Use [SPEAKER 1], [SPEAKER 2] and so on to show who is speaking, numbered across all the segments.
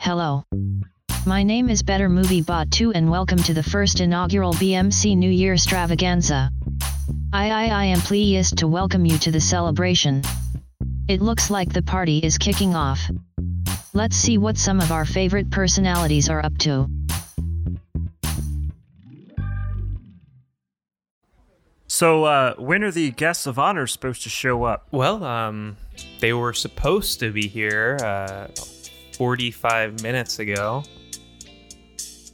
[SPEAKER 1] Hello. My name is Better Movie Bot 2 and welcome to the first inaugural BMC New Year Stravaganza. I I I am pleased to welcome you to the celebration. It looks like the party is kicking off. Let's see what some of our favorite personalities are up to.
[SPEAKER 2] So, uh, when are the guests of honor supposed to show up?
[SPEAKER 3] Well, um, they were supposed to be here uh, 45 minutes ago.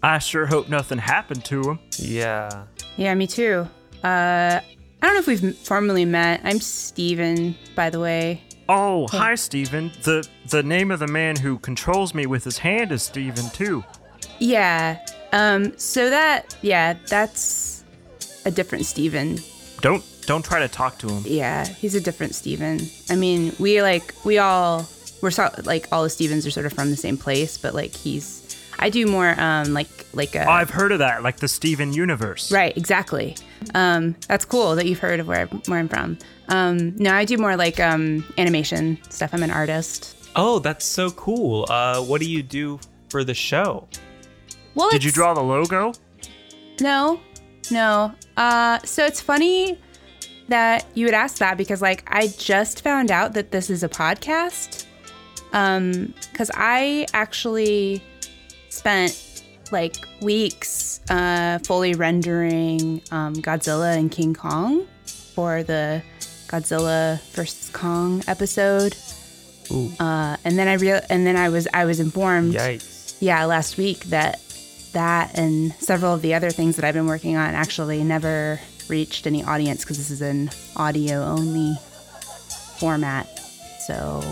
[SPEAKER 2] I sure hope nothing happened to them.
[SPEAKER 3] Yeah.
[SPEAKER 4] Yeah, me too. Uh, I don't know if we've formally met. I'm Steven, by the way.
[SPEAKER 2] Oh,
[SPEAKER 4] Hmm.
[SPEAKER 2] hi, Steven. The the name of the man who controls me with his hand is Steven too.
[SPEAKER 4] Yeah. Um, so that, yeah, that's a different Steven.
[SPEAKER 2] Don't don't try to talk to him.
[SPEAKER 4] Yeah, he's a different Steven. I mean, we like, we all, we're so, like, all the Stevens are sort of from the same place, but like, he's, I do more, um, like, like a.
[SPEAKER 2] I've heard of that, like the Steven universe.
[SPEAKER 4] Right, exactly. Um, that's cool that you've heard of where, where I'm from. Um, no, I do more like um, animation stuff. I'm an artist.
[SPEAKER 3] Oh, that's so cool. Uh, what do you do for the show?
[SPEAKER 4] Well,
[SPEAKER 2] Did you
[SPEAKER 4] it's-
[SPEAKER 2] draw the logo?
[SPEAKER 4] No, no. Uh, so it's funny that you would ask that because, like, I just found out that this is a podcast. Um, because I actually spent like weeks uh, fully rendering um, Godzilla and King Kong for the Godzilla versus Kong episode.
[SPEAKER 3] Ooh.
[SPEAKER 4] Uh, and then I real and then I was I was informed
[SPEAKER 3] Yikes.
[SPEAKER 4] yeah, last week that that and several of the other things that I've been working on actually never reached any audience because this is an audio only format. So,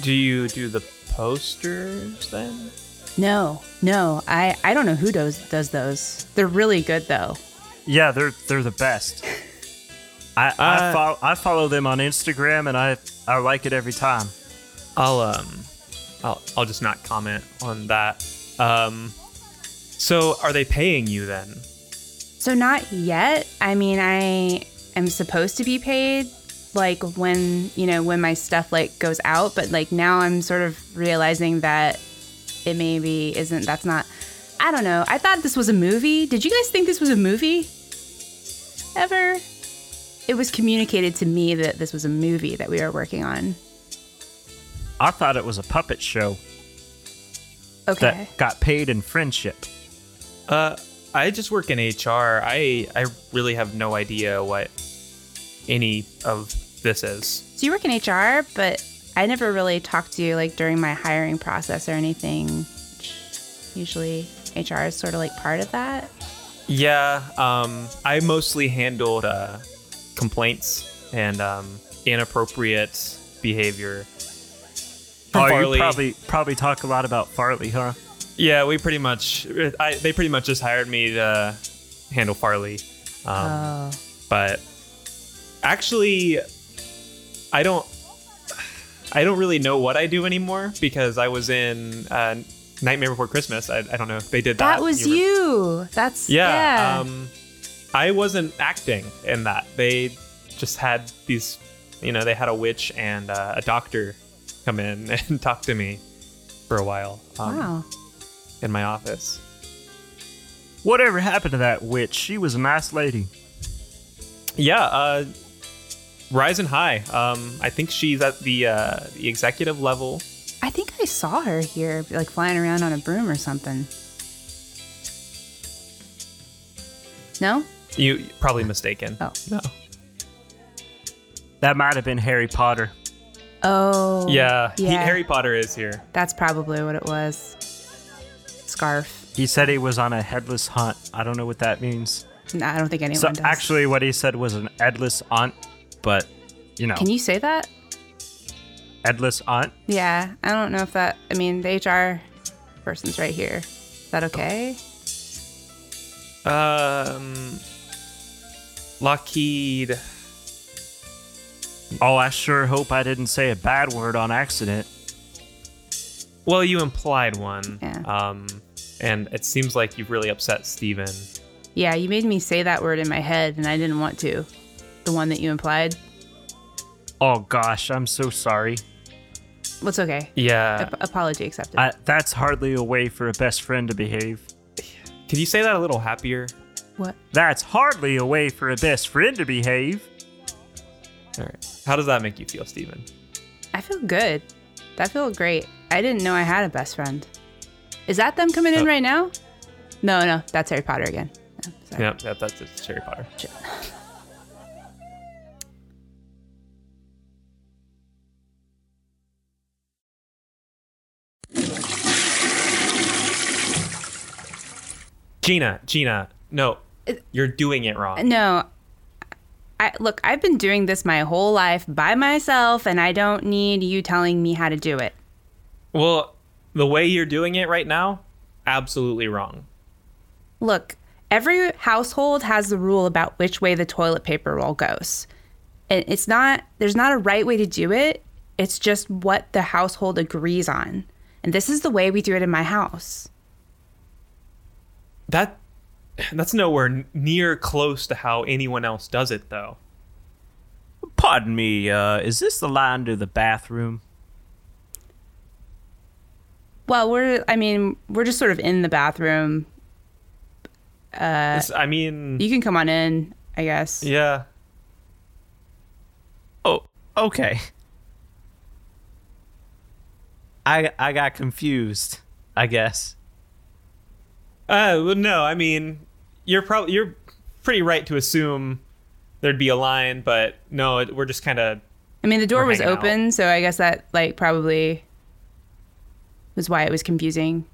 [SPEAKER 3] Do you do the posters then?
[SPEAKER 4] no, no, I, I don't know who does, does those. They're really good though.
[SPEAKER 2] Yeah, they're they're the best. I I,
[SPEAKER 3] Uh,
[SPEAKER 2] follow, I follow them on Instagram and I I like it every time.
[SPEAKER 3] I'll um, I'll I'll just not comment on that. Um, so are they paying you then?
[SPEAKER 4] So, not yet. I mean, I am supposed to be paid like when, you know, when my stuff like goes out, but like now I'm sort of realizing that it maybe isn't that's not I don't know. I thought this was a movie. Did you guys think this was a movie? Ever? It was communicated to me that this was a movie that we were working on.
[SPEAKER 2] I thought it was a puppet show
[SPEAKER 4] Okay.
[SPEAKER 2] that got paid in friendship.
[SPEAKER 3] Uh, I just work in HR. I I really have no idea what any of this is.
[SPEAKER 4] So you work in HR, but I never really talked to you like during my hiring process or anything. which Usually HR is sort of like part of that.
[SPEAKER 3] Yeah, um, I mostly handled uh, complaints and um, inappropriate behavior. From
[SPEAKER 2] oh,
[SPEAKER 3] Farley.
[SPEAKER 2] you probably probably talk a lot about Farley, huh?
[SPEAKER 3] Yeah, we pretty much. I, they pretty much just hired me to handle Farley. Um,
[SPEAKER 4] Oh.
[SPEAKER 3] but actually i don't i don't really know what i do anymore because i was in uh, nightmare before christmas i, I don't know if they did that
[SPEAKER 4] That was
[SPEAKER 3] were-
[SPEAKER 4] you. That's
[SPEAKER 3] yeah,
[SPEAKER 4] yeah.
[SPEAKER 3] um i wasn't acting in that they just had these you know they had a witch and uh, a doctor come in and talk to me for a while um,
[SPEAKER 4] wow.
[SPEAKER 3] in my office
[SPEAKER 2] Whatever happened to that witch? She was a nice lady.
[SPEAKER 3] Yeah, uh, Rise and High. Um, I think she's at the uh, the executive level.
[SPEAKER 4] I think I saw her here, like flying around on a broom or something. No?
[SPEAKER 3] You probably mistaken.
[SPEAKER 4] Oh.
[SPEAKER 3] no.
[SPEAKER 2] That might have been Harry Potter.
[SPEAKER 4] Oh.
[SPEAKER 3] Yeah, he-
[SPEAKER 4] Yeah.
[SPEAKER 3] Harry Potter is here.
[SPEAKER 4] That's probably what it was. Scarf.
[SPEAKER 2] He said he was on a headless hunt. I don't know what that means.
[SPEAKER 4] No, I don't think anyone
[SPEAKER 2] so
[SPEAKER 4] does.
[SPEAKER 2] actually, what he said was an headless aunt, but you know,
[SPEAKER 4] can you say that?
[SPEAKER 2] headless aunt.
[SPEAKER 4] Yeah, I don't know if that. I mean, the HR person's right here. Is that okay?
[SPEAKER 3] Um, Lockheed.
[SPEAKER 2] Oh, I sure hope I didn't say a bad word on accident.
[SPEAKER 3] Well, you implied one.
[SPEAKER 4] Yeah.
[SPEAKER 3] Um, and it seems like you've really upset Steven.
[SPEAKER 4] Yeah, you made me say that word in my head, and I didn't want to. The one that you implied.
[SPEAKER 2] Oh gosh, I'm so sorry.
[SPEAKER 4] What's okay.
[SPEAKER 3] Yeah.
[SPEAKER 4] Ap- apology accepted.
[SPEAKER 2] I, that's hardly a way for a best friend to behave.
[SPEAKER 3] Could you say that a little happier?
[SPEAKER 4] what?
[SPEAKER 2] That's hardly a way for a best friend to behave.
[SPEAKER 3] All right. How does that make you feel, Steven?
[SPEAKER 4] I feel good. That feel great. I didn't know I had a best friend. Is that them coming in
[SPEAKER 3] Oh.
[SPEAKER 4] right now? No, no, that's Harry Potter again. Oh, sorry.
[SPEAKER 3] Yeah, that, that's it's Harry Potter. Gina, Gina, no,
[SPEAKER 4] It-
[SPEAKER 3] you're doing it wrong.
[SPEAKER 4] No. I look, I've been doing this my whole life by myself and I don't need you telling me how to do it.
[SPEAKER 3] Well, the way you're doing it right now, absolutely wrong.
[SPEAKER 4] Look, every household has the rule about which way the toilet paper roll goes. And it's not there's not a right way to do it. It's just what the household agrees on. And this is the way we do it in my house.
[SPEAKER 3] That that's nowhere n- near close to how anyone else does it, though.
[SPEAKER 2] Pardon me, uh, is this the line to the bathroom?
[SPEAKER 4] Well, we're I mean, we're just sort of in the bathroom. Uh,
[SPEAKER 3] It's- I mean,
[SPEAKER 4] You can come on in, I guess.
[SPEAKER 3] yeah.
[SPEAKER 2] Oh, okay. I I got confused, I guess.
[SPEAKER 3] Uh, well, no, I mean, you're probably you're pretty right to assume there'd be a line, but no, it, we're just kind of
[SPEAKER 4] I mean, the door
[SPEAKER 3] We're
[SPEAKER 4] was
[SPEAKER 3] hanging
[SPEAKER 4] open, so I guess that like probably was why it was confusing.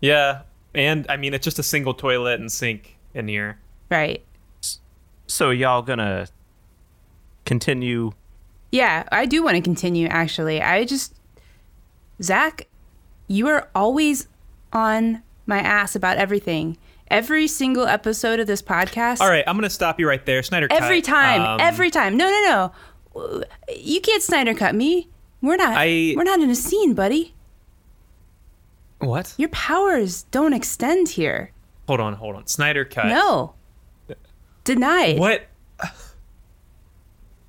[SPEAKER 3] yeah. And I mean, it's just a single toilet and sink in here.
[SPEAKER 4] Right.
[SPEAKER 2] So y'all gonna continue?
[SPEAKER 4] Yeah, I do want to continue actually. I just Zach, you are always on my ass about everything. Every single episode of this podcast.
[SPEAKER 3] All right, I'm gonna stop you right there, Snyder. cut.
[SPEAKER 4] Every time.
[SPEAKER 3] Um,
[SPEAKER 4] every time. No, no, no. You can't Snyder cut me. We're not
[SPEAKER 3] I-
[SPEAKER 4] we're not in a scene, buddy.
[SPEAKER 3] what?
[SPEAKER 4] Your powers don't extend here.
[SPEAKER 3] Hold on, hold on. Snyder cut.
[SPEAKER 4] No. Denied.
[SPEAKER 3] Uh, What?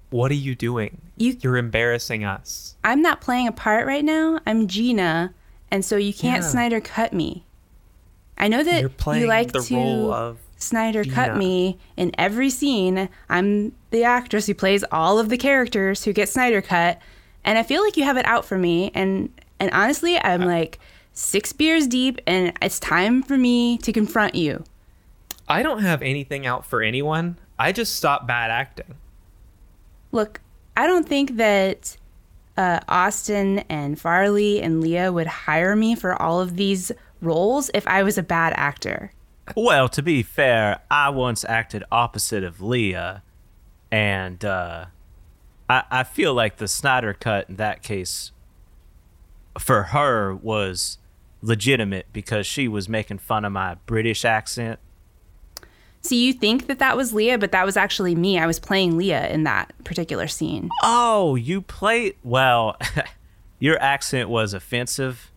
[SPEAKER 3] What are you doing?
[SPEAKER 4] You-
[SPEAKER 3] You're embarrassing us.
[SPEAKER 4] I'm not playing a part right now. I'm Gina, and so you can't
[SPEAKER 3] Yeah.
[SPEAKER 4] Snyder cut me. I know that
[SPEAKER 3] You're playing
[SPEAKER 4] you like
[SPEAKER 3] the
[SPEAKER 4] to
[SPEAKER 3] role of
[SPEAKER 4] Snyder cut
[SPEAKER 3] Gina.
[SPEAKER 4] me in every scene. I'm the actress who plays all of the characters who get Snyder cut, and I feel like you have it out for me. And and honestly, I'm
[SPEAKER 3] Uh,
[SPEAKER 4] like six beers deep, and it's time for me to confront you.
[SPEAKER 3] I don't have anything out for anyone. I just stop bad acting.
[SPEAKER 4] Look, I don't think that uh, Austin and Farley and Leah would hire me for all of these roles if I was a bad actor.
[SPEAKER 2] Well, to be fair, I once acted opposite of Leah, and uh, I I feel like the Snyder cut in that case for her was legitimate because she was making fun of my British accent.
[SPEAKER 4] So you think that that was Leah, but that was actually me. I was playing Leah in that particular scene.
[SPEAKER 2] Oh, you played well. your accent was offensive.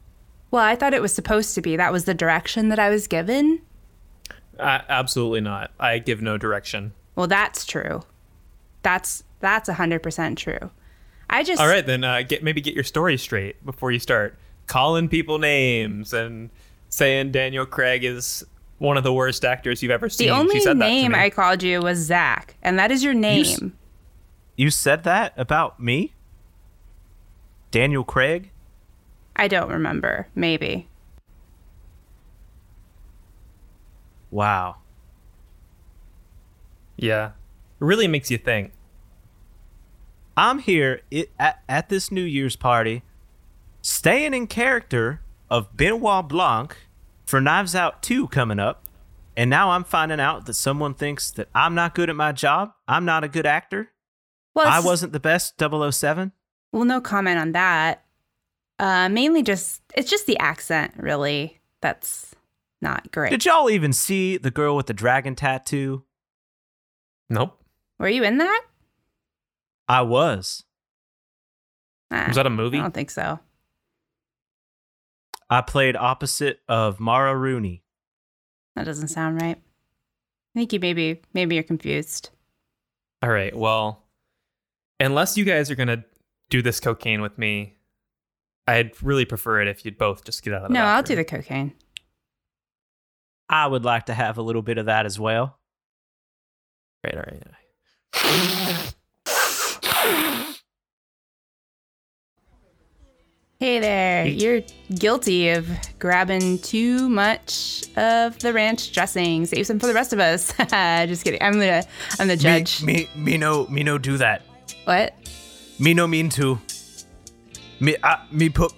[SPEAKER 4] Well, I thought it was supposed to be. That was the direction that I was given.
[SPEAKER 3] I, absolutely not. I give no direction.
[SPEAKER 4] Well, that's true. That's that's hundred percent true. I just
[SPEAKER 3] All right, then uh, get maybe get your story straight before you start calling people names and saying Daniel Craig is one of the worst actors you've ever seen.
[SPEAKER 4] the only
[SPEAKER 3] she said
[SPEAKER 4] name
[SPEAKER 3] that to me.
[SPEAKER 4] I called you was Zach, and that is your name.
[SPEAKER 2] s- You said that about me? Daniel Craig?
[SPEAKER 4] I don't remember. Maybe.
[SPEAKER 2] Wow.
[SPEAKER 3] yeah, really makes you think.
[SPEAKER 2] I'm here it, at, at this New Year's party, staying in character of Benoit Blanc for Knives Out 2 coming up. And now I'm finding out that someone thinks that I'm not good at my job. I'm not a good actor.
[SPEAKER 4] Well,
[SPEAKER 2] I
[SPEAKER 4] it's-
[SPEAKER 2] wasn't the best 007.
[SPEAKER 4] Well, no comment on that. Uh, mainly just it's just the accent, really. That's not great.
[SPEAKER 2] Did y'all even see the girl with the dragon tattoo?
[SPEAKER 3] Nope.
[SPEAKER 4] Were you in that?
[SPEAKER 2] I was.
[SPEAKER 4] Ah,
[SPEAKER 3] Was that a
[SPEAKER 4] I
[SPEAKER 3] movie?
[SPEAKER 4] don't think so.
[SPEAKER 2] I played opposite of Mara Rooney.
[SPEAKER 4] That doesn't sound right. I think you maybe maybe you're confused.
[SPEAKER 3] All right. Well, unless you guys are gonna do this cocaine with me, I'd really prefer it if you'd both just get out of the
[SPEAKER 4] No, I'll do
[SPEAKER 3] bathroom.
[SPEAKER 4] the cocaine.
[SPEAKER 2] I would like to have a little bit of that as well.
[SPEAKER 3] Right, all right. all right.
[SPEAKER 4] Hey there. You're guilty of grabbing too much of the ranch dressing. Save some for the rest of us. Just kidding. I'm the I'm the judge.
[SPEAKER 2] Me, me, me no, me no do that.
[SPEAKER 4] What?
[SPEAKER 2] Me no mean to. Me, I, me put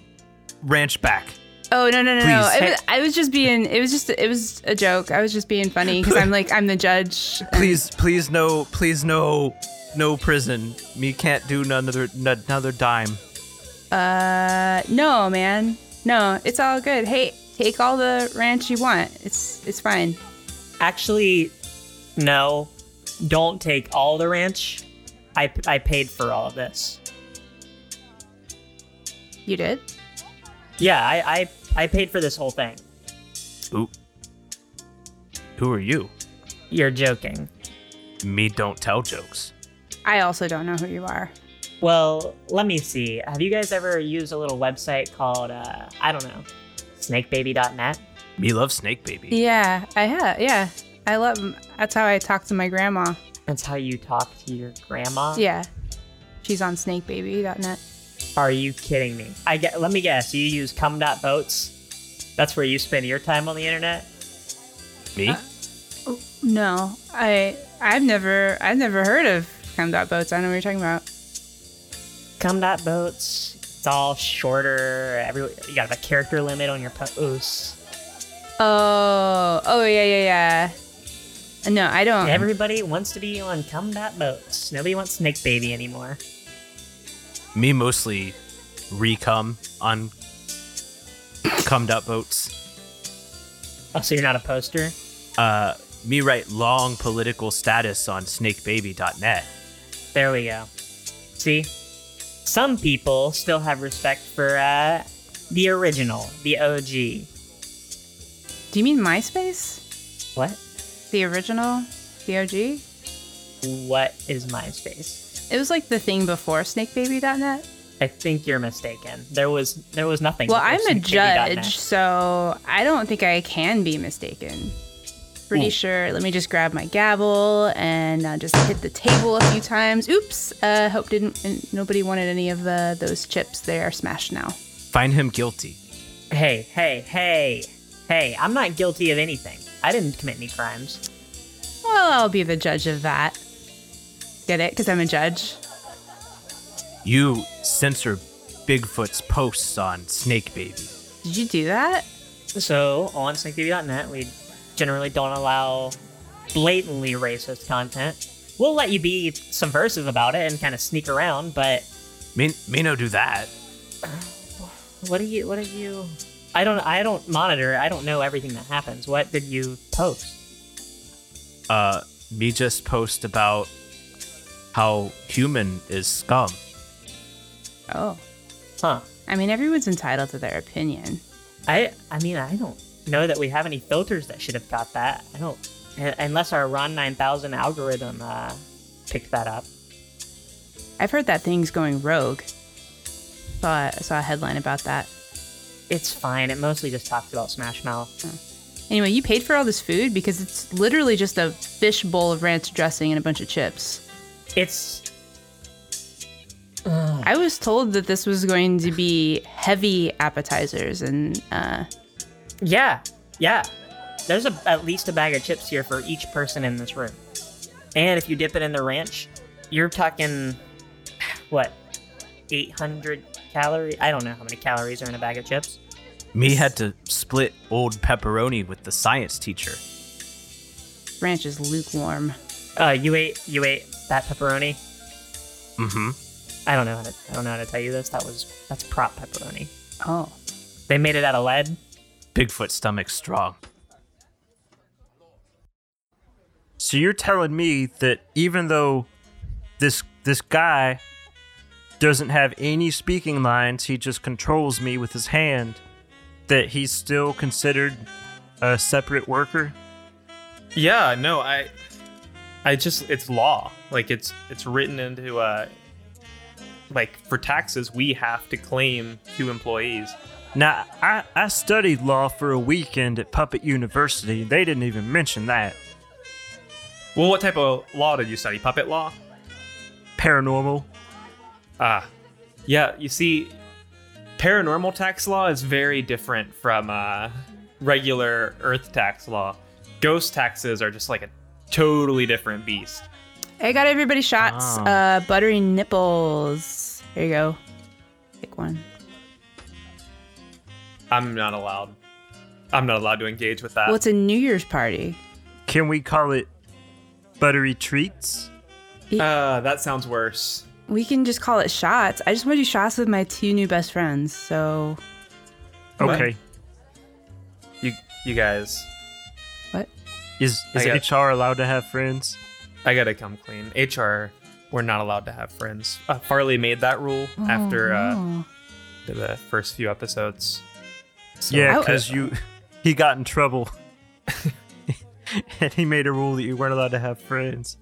[SPEAKER 2] ranch back.
[SPEAKER 4] Oh no no no no!
[SPEAKER 2] Please.
[SPEAKER 4] It was, I was just being. It was just. It was a joke. I was just being funny because I'm like I'm the judge.
[SPEAKER 2] Please, please no, please no, no prison. Me can't do another another dime.
[SPEAKER 4] Uh, no man, no. It's all good. Hey, take all the ranch you want. It's it's fine.
[SPEAKER 5] Actually, no. Don't take all the ranch. I, I paid for all of this.
[SPEAKER 4] You did.
[SPEAKER 5] Yeah, I, I I paid for this whole thing.
[SPEAKER 2] Ooh. Who are you?
[SPEAKER 5] You're joking.
[SPEAKER 2] Me don't tell jokes.
[SPEAKER 4] I also don't know who you are.
[SPEAKER 5] Well, let me see. Have you guys ever used a little website called uh, I don't know, snakebaby.net?
[SPEAKER 2] Me love snake baby.
[SPEAKER 4] Yeah, I have. Yeah, I love. 'em. That's how I talk to my grandma.
[SPEAKER 5] That's how you talk to your grandma.
[SPEAKER 4] Yeah, she's on SnakeBaby.net.
[SPEAKER 5] Are you kidding me? I get. Let me guess. You use cum.boats? That's where you spend your time on the internet.
[SPEAKER 2] Me?
[SPEAKER 4] No, I I've never I've never heard of Chem.Boats. I don't know what you're talking about.
[SPEAKER 5] Cum.boats. It's all shorter. Every you got a character limit on your posts.
[SPEAKER 4] Oh, oh yeah, yeah, yeah. No, I don't.
[SPEAKER 5] Everybody wants to be on cum.boats. Nobody wants snake baby anymore.
[SPEAKER 2] Me mostly recum on cummed up boats.
[SPEAKER 5] Oh, so you're not a poster?
[SPEAKER 2] Uh, me write long political status on snakebaby.net.
[SPEAKER 5] There we go. See? Some people still have respect for uh, the original, the OG.
[SPEAKER 4] Do you mean MySpace?
[SPEAKER 5] What?
[SPEAKER 4] The original, the OG?
[SPEAKER 5] What is MySpace?
[SPEAKER 4] It was like the thing before SnakeBaby.net.
[SPEAKER 5] I think you're mistaken. There was there was nothing.
[SPEAKER 4] Well, I'm
[SPEAKER 5] before
[SPEAKER 4] a
[SPEAKER 5] snakebaby.net.
[SPEAKER 4] judge, so I don't think I can be mistaken. Pretty sure. Let me just grab my gavel and uh, just hit the table a few times. Oops. Uh, hope didn't. and Nobody wanted any of the those chips. They are smashed now.
[SPEAKER 2] Find him guilty.
[SPEAKER 5] Hey, hey, hey, hey! I'm not guilty of anything. I didn't commit any crimes.
[SPEAKER 4] Well, I'll be the judge of that. Get it? Because I'm a judge.
[SPEAKER 2] You censor Bigfoot's posts on Snake Baby.
[SPEAKER 4] Did you do that?
[SPEAKER 5] So on snakebaby.net, we generally don't allow blatantly racist content. We'll let you be subversive about it and kind of sneak around, but
[SPEAKER 2] Me, me no do that.
[SPEAKER 5] What do you? What did you? I don't. I don't monitor. I don't know everything that happens. What did you post?
[SPEAKER 2] Uh, me just post about how human is scum.
[SPEAKER 4] Oh.
[SPEAKER 5] Huh?
[SPEAKER 4] I mean, everyone's entitled to their opinion.
[SPEAKER 5] I. I mean, I don't know that we have any filters that should have got that. I don't. un- Unless our Ron 9000 algorithm uh, picked that up.
[SPEAKER 4] I've heard that thing's going rogue. Saw I saw a headline about that.
[SPEAKER 5] It's fine. It mostly just talks about Smash Mouth.
[SPEAKER 4] Anyway, you paid for all this food because it's literally just a fish bowl of ranch dressing and a bunch of chips.
[SPEAKER 5] It's.
[SPEAKER 4] I was told that this was going to be heavy appetizers, and uh,
[SPEAKER 5] Yeah. Yeah. There's a, at least a bag of chips here for each person in this room. And if you dip it in the ranch, you're talking, what, 800 calories? I don't know how many calories are in a bag of chips.
[SPEAKER 2] Me had to split old pepperoni with the science teacher.
[SPEAKER 4] ranch is lukewarm.
[SPEAKER 5] Uh, you ate, you ate that pepperoni.
[SPEAKER 2] Mm-hmm.
[SPEAKER 5] I don't know how to, I don't know how to tell you this. That was, that's prop pepperoni.
[SPEAKER 4] Oh,
[SPEAKER 5] They made it out of lead.
[SPEAKER 2] Bigfoot stomach strong. So you're telling me that even though this this guy doesn't have any speaking lines, he just controls me with his hand, that he's still considered a separate worker?
[SPEAKER 3] Yeah, no, I, I just it's law. Like it's it's written into uh, like for taxes, we have to claim two employees.
[SPEAKER 6] Now, I, I studied law for a weekend at Puppet University. They didn't even mention that.
[SPEAKER 3] Well, what type of law did you study? Puppet law?
[SPEAKER 6] Paranormal.
[SPEAKER 3] Ah, yeah. You see, paranormal tax law is very different from uh, regular Earth tax law. Ghost taxes are just like a totally different beast.
[SPEAKER 4] I got everybody shots.
[SPEAKER 2] Oh.
[SPEAKER 4] Uh, buttery nipples. Here you go. Pick one.
[SPEAKER 3] I'm not allowed. I'm not allowed to engage with that.
[SPEAKER 4] Well, it's a New Year's party.
[SPEAKER 6] Can we call it buttery treats?
[SPEAKER 3] uh, that sounds worse.
[SPEAKER 4] We can just call it shots. I just want to do shots with my two new best friends. So
[SPEAKER 6] Okay.
[SPEAKER 3] You, you guys,
[SPEAKER 4] what?
[SPEAKER 6] Is, is
[SPEAKER 3] I got-
[SPEAKER 6] HR allowed to have friends?
[SPEAKER 3] I gotta come clean. HR, we're not allowed to have friends. Uh, Farley made that rule after uh,
[SPEAKER 4] Oh.
[SPEAKER 3] the- the first few episodes. So-
[SPEAKER 6] Yeah,
[SPEAKER 4] I-
[SPEAKER 3] uh,
[SPEAKER 6] because you he got in trouble. and he made a rule that you weren't allowed to have friends.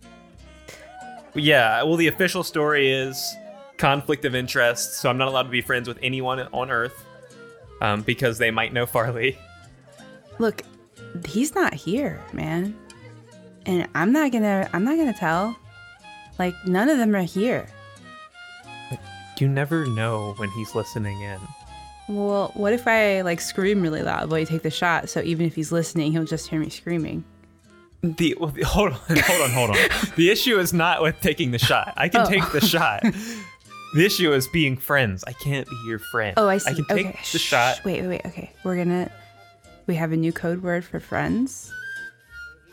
[SPEAKER 3] Yeah, well, the official story is conflict of interest, so I'm not allowed to be friends with anyone on Earth um, because they might know Farley.
[SPEAKER 4] look, he's not here, man, and I'm not gonna. I'm not gonna tell. Like none of them are here.
[SPEAKER 3] You never know when he's listening in.
[SPEAKER 4] Well, what if I like scream really loud while you take the shot? So even if he's listening, he'll just hear me screaming.
[SPEAKER 3] The, well, the- hold on, hold on, hold on. the issue is not with taking the shot. I can
[SPEAKER 4] Oh.
[SPEAKER 3] take the shot. The issue is being friends. I can't be your friend.
[SPEAKER 4] Oh, I see.
[SPEAKER 3] I can take
[SPEAKER 4] okay.
[SPEAKER 3] the
[SPEAKER 4] Shh.
[SPEAKER 3] shot.
[SPEAKER 4] Wait, wait, wait. Okay, we're gonna. We have a new code word for friends,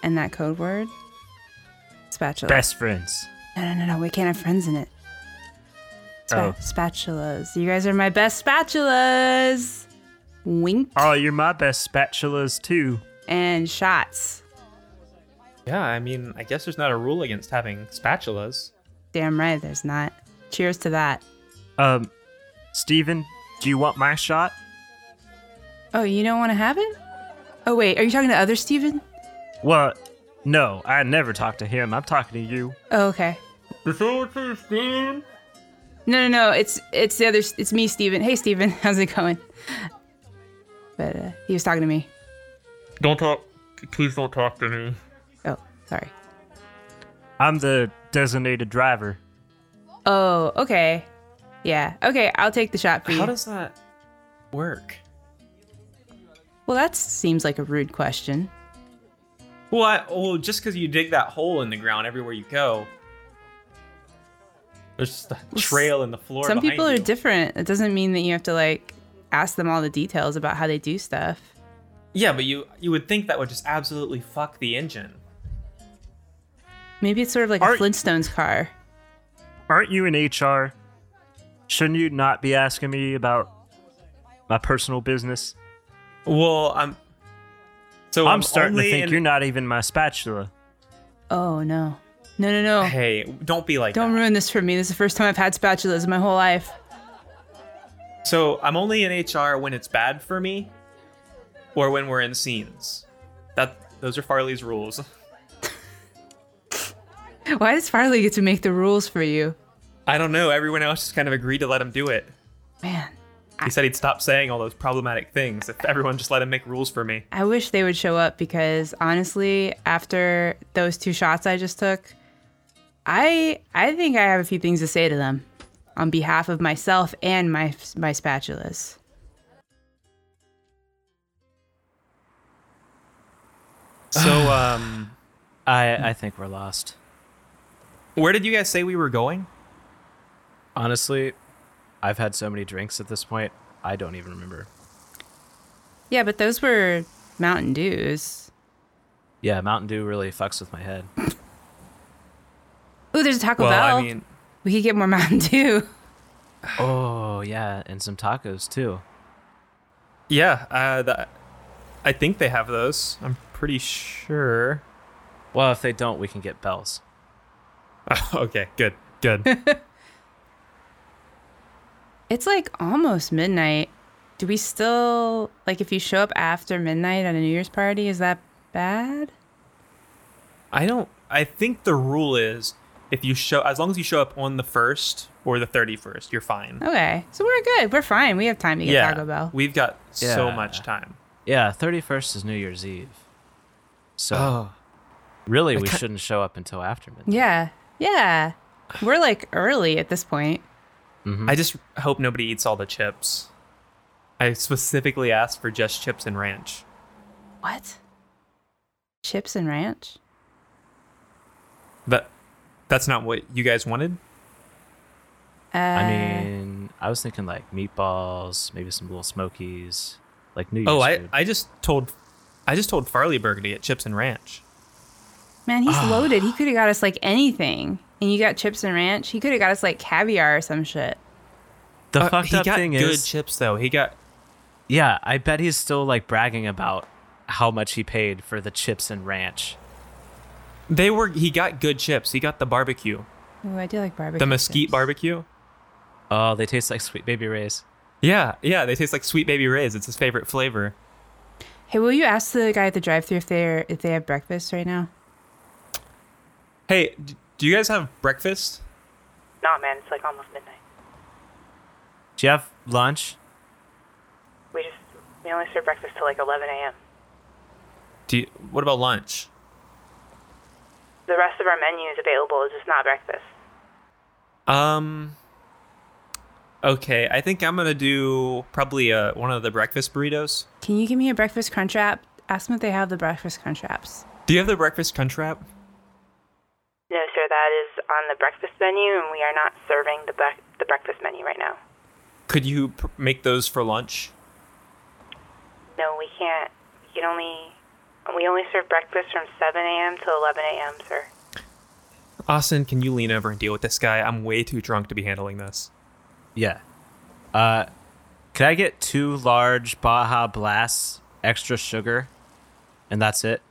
[SPEAKER 4] and that code word,
[SPEAKER 3] Uh.
[SPEAKER 4] spatula.
[SPEAKER 6] Best friends.
[SPEAKER 4] No, no, no, no. We can't have friends in it. Spa-
[SPEAKER 6] Oh.
[SPEAKER 4] Spatulas. You guys are my best spatulas. Wink
[SPEAKER 6] Oh, you're my best spatulas too.
[SPEAKER 4] and shots.
[SPEAKER 3] Yeah, I mean, I guess there's not a rule against having spatulas.
[SPEAKER 4] Damn right, there's not. Cheers to that.
[SPEAKER 6] Um, Steven, do you want my shot?
[SPEAKER 4] Oh, you don't want to have it? Oh wait, are you talking to other Steven?
[SPEAKER 6] Well, no, I never talk to him. I'm talking to you.
[SPEAKER 4] Oh, okay. No, no, no. It's it's the other. It's me, Steven. Hey, Steven. How's it going? But uh, he was talking to me.
[SPEAKER 7] Don't talk. Please don't talk to me.
[SPEAKER 4] Oh, sorry.
[SPEAKER 6] I'm the designated driver.
[SPEAKER 4] Oh, okay. Yeah. Okay, I'll take the shot for you.
[SPEAKER 3] How does that work?
[SPEAKER 4] well, that seems like a rude question.
[SPEAKER 3] Well, I, well, just because you dig that hole in the ground everywhere you go, there's just a trail in the floor.
[SPEAKER 4] Some
[SPEAKER 3] behind
[SPEAKER 4] people are
[SPEAKER 3] you.
[SPEAKER 4] different. It doesn't mean that you have to like ask them all the details about how they do stuff.
[SPEAKER 3] Yeah, but you you would think that would just absolutely fuck the engine.
[SPEAKER 4] Maybe it's sort of like
[SPEAKER 6] Are-
[SPEAKER 4] a Flintstones car.
[SPEAKER 6] Aren't you in HR? Shouldn't you not be asking me about my personal business?
[SPEAKER 3] Well, I'm. So
[SPEAKER 6] I'm starting to
[SPEAKER 3] only
[SPEAKER 6] think
[SPEAKER 3] in-
[SPEAKER 6] you're not even my spatula.
[SPEAKER 4] Oh no. No, no, no.
[SPEAKER 3] Hey, don't be like
[SPEAKER 4] Oh. Don't ruin this for me. This is the first time I've had spatulas in my whole life.
[SPEAKER 3] that. So I'm only in HR when it's bad for me, or when we're in scenes. That those are Farley's rules.
[SPEAKER 4] Why does Farley get to make the rules for you?
[SPEAKER 3] I don't know. Everyone else just kind of agreed to let him do it.
[SPEAKER 4] Man,
[SPEAKER 3] He said he'd stop saying all those problematic things if everyone just let him make rules for me.
[SPEAKER 4] I wish they would show up because honestly, after those two shots I just took, I I think I have a few things to say to them on behalf of myself and my my spatulas.
[SPEAKER 3] So, um,
[SPEAKER 2] I I think we're lost.
[SPEAKER 3] where did you guys say we were going?
[SPEAKER 2] Honestly, I've had so many drinks at this point. I don't even remember.
[SPEAKER 4] Yeah, but those were Mountain Dews.
[SPEAKER 2] Yeah, Mountain Dew really fucks with my head.
[SPEAKER 4] Ooh, there's a Taco
[SPEAKER 3] well,
[SPEAKER 4] Bell.
[SPEAKER 3] I mean,
[SPEAKER 4] we could get more Mountain Dew.
[SPEAKER 2] Oh yeah, and some tacos too.
[SPEAKER 3] yeah, uh, the, I think they have those. I'm pretty sure.
[SPEAKER 2] Well, if they don't, we can get bells.
[SPEAKER 3] okay, good, good.
[SPEAKER 4] It's like almost midnight. Do we still like if you show up after midnight at a New Year's party, is that bad?
[SPEAKER 3] I don't. I think the rule is if you show as long as you show up on the first or the thirty first, you're fine.
[SPEAKER 4] Okay, so we're good. We're fine. We have time to get
[SPEAKER 3] yeah,
[SPEAKER 4] Taco Bell.
[SPEAKER 3] we've got so
[SPEAKER 2] Yeah.
[SPEAKER 3] much time.
[SPEAKER 2] Yeah, 31st is New Year's Eve. So
[SPEAKER 3] Oh.
[SPEAKER 2] really we shouldn't show up until after midnight.
[SPEAKER 4] yeah, yeah. We're like early at this point.
[SPEAKER 2] Mm.
[SPEAKER 3] I just hope nobody eats all the chips. I specifically asked for just chips and ranch.
[SPEAKER 4] What? Chips and ranch?
[SPEAKER 3] That that's not what you guys wanted.
[SPEAKER 4] Uh,
[SPEAKER 2] I mean, I was thinking like meatballs, maybe some little smokies, like New Year's
[SPEAKER 3] Oh, I
[SPEAKER 2] food.
[SPEAKER 3] I just told I just told Farley Burger to get chips and ranch.
[SPEAKER 4] man, he's
[SPEAKER 3] ah.
[SPEAKER 4] loaded. He could have got us like anything. And you got chips and ranch. He could have got us like caviar or some shit.
[SPEAKER 2] the
[SPEAKER 3] Uh,
[SPEAKER 2] fucked
[SPEAKER 3] he
[SPEAKER 2] up
[SPEAKER 3] got
[SPEAKER 2] thing
[SPEAKER 3] good
[SPEAKER 2] is
[SPEAKER 3] chips though. He got
[SPEAKER 2] Yeah, I bet he's still like bragging about how much he paid for the chips and ranch.
[SPEAKER 3] they were he got good chips. He got the barbecue,
[SPEAKER 4] Ooh, I do like barbecue.
[SPEAKER 3] the mesquite
[SPEAKER 4] chips.
[SPEAKER 3] barbecue.
[SPEAKER 2] Oh, they taste like sweet baby rays.
[SPEAKER 3] Yeah, yeah, they taste like sweet baby rays. It's his favorite flavor.
[SPEAKER 4] Hey, will you ask the guy at the drive-thru if they're if they have breakfast right now?
[SPEAKER 3] Hey, d- do you guys have breakfast?
[SPEAKER 8] Nah, man, it's like almost midnight.
[SPEAKER 2] Do you have lunch?
[SPEAKER 8] We just we only serve breakfast till like 11 a.m.
[SPEAKER 3] Do you, what about lunch?
[SPEAKER 8] The rest of our menu is available. It's just not breakfast.
[SPEAKER 3] Um. Okay, I think I'm gonna do probably uh, one of the breakfast burritos.
[SPEAKER 4] Can you give me a breakfast crunch wrap? Ask them if they have the breakfast crunch wraps.
[SPEAKER 3] Do you have the breakfast crunch wrap?
[SPEAKER 8] No, sir, that is on the breakfast menu, and we are not serving the bre- the breakfast menu right now.
[SPEAKER 3] Could you pr- make those for lunch?
[SPEAKER 8] No, we can't. We can only we only serve breakfast from 7 a.m. to 11 a.m., sir.
[SPEAKER 3] Austin, can you lean over and deal with this guy? I'm way too drunk to be handling this.
[SPEAKER 2] Yeah. Uh, can I get two large Baja Blasts, extra sugar, and that's it?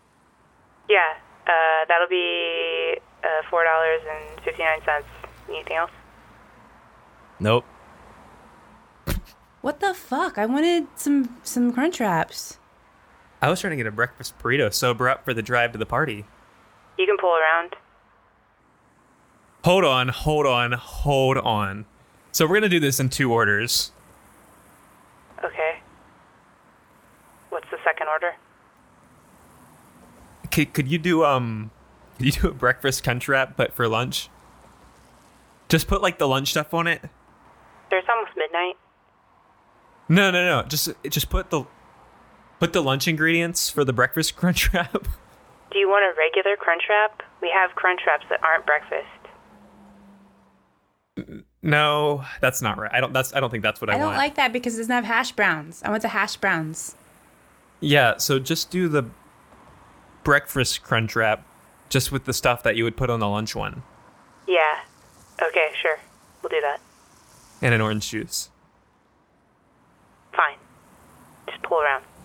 [SPEAKER 8] Yeah, uh, that'll be uh, four dollars and fifty nine cents. Anything else?
[SPEAKER 2] Nope.
[SPEAKER 4] What the fuck? I wanted some some crunch wraps.
[SPEAKER 3] I was trying to get a breakfast burrito sober up for the drive to the party.
[SPEAKER 8] You can pull around.
[SPEAKER 3] Hold on, hold on, hold on. So we're gonna do this in two orders.
[SPEAKER 8] Okay. What's the second order?
[SPEAKER 3] Could, could you do um, could you do a breakfast crunch wrap but for lunch? Just put like the lunch stuff on it.
[SPEAKER 8] Sir, it's almost midnight.
[SPEAKER 3] No, no, no. Just just put the put the lunch ingredients for the breakfast crunch wrap.
[SPEAKER 8] Do you want a regular crunch wrap? We have crunch wraps that aren't breakfast.
[SPEAKER 3] no, that's not right. I don't. That's I don't think that's what I,
[SPEAKER 4] I, don't
[SPEAKER 3] want.
[SPEAKER 4] like that because it doesn't have hash browns. I want the hash browns.
[SPEAKER 3] Yeah, so just do the breakfast crunch wrap just with the stuff that you would put on the lunch one
[SPEAKER 8] Yeah. Okay, sure. We'll do that.
[SPEAKER 3] and an orange juice.
[SPEAKER 8] Fine. Just pull around.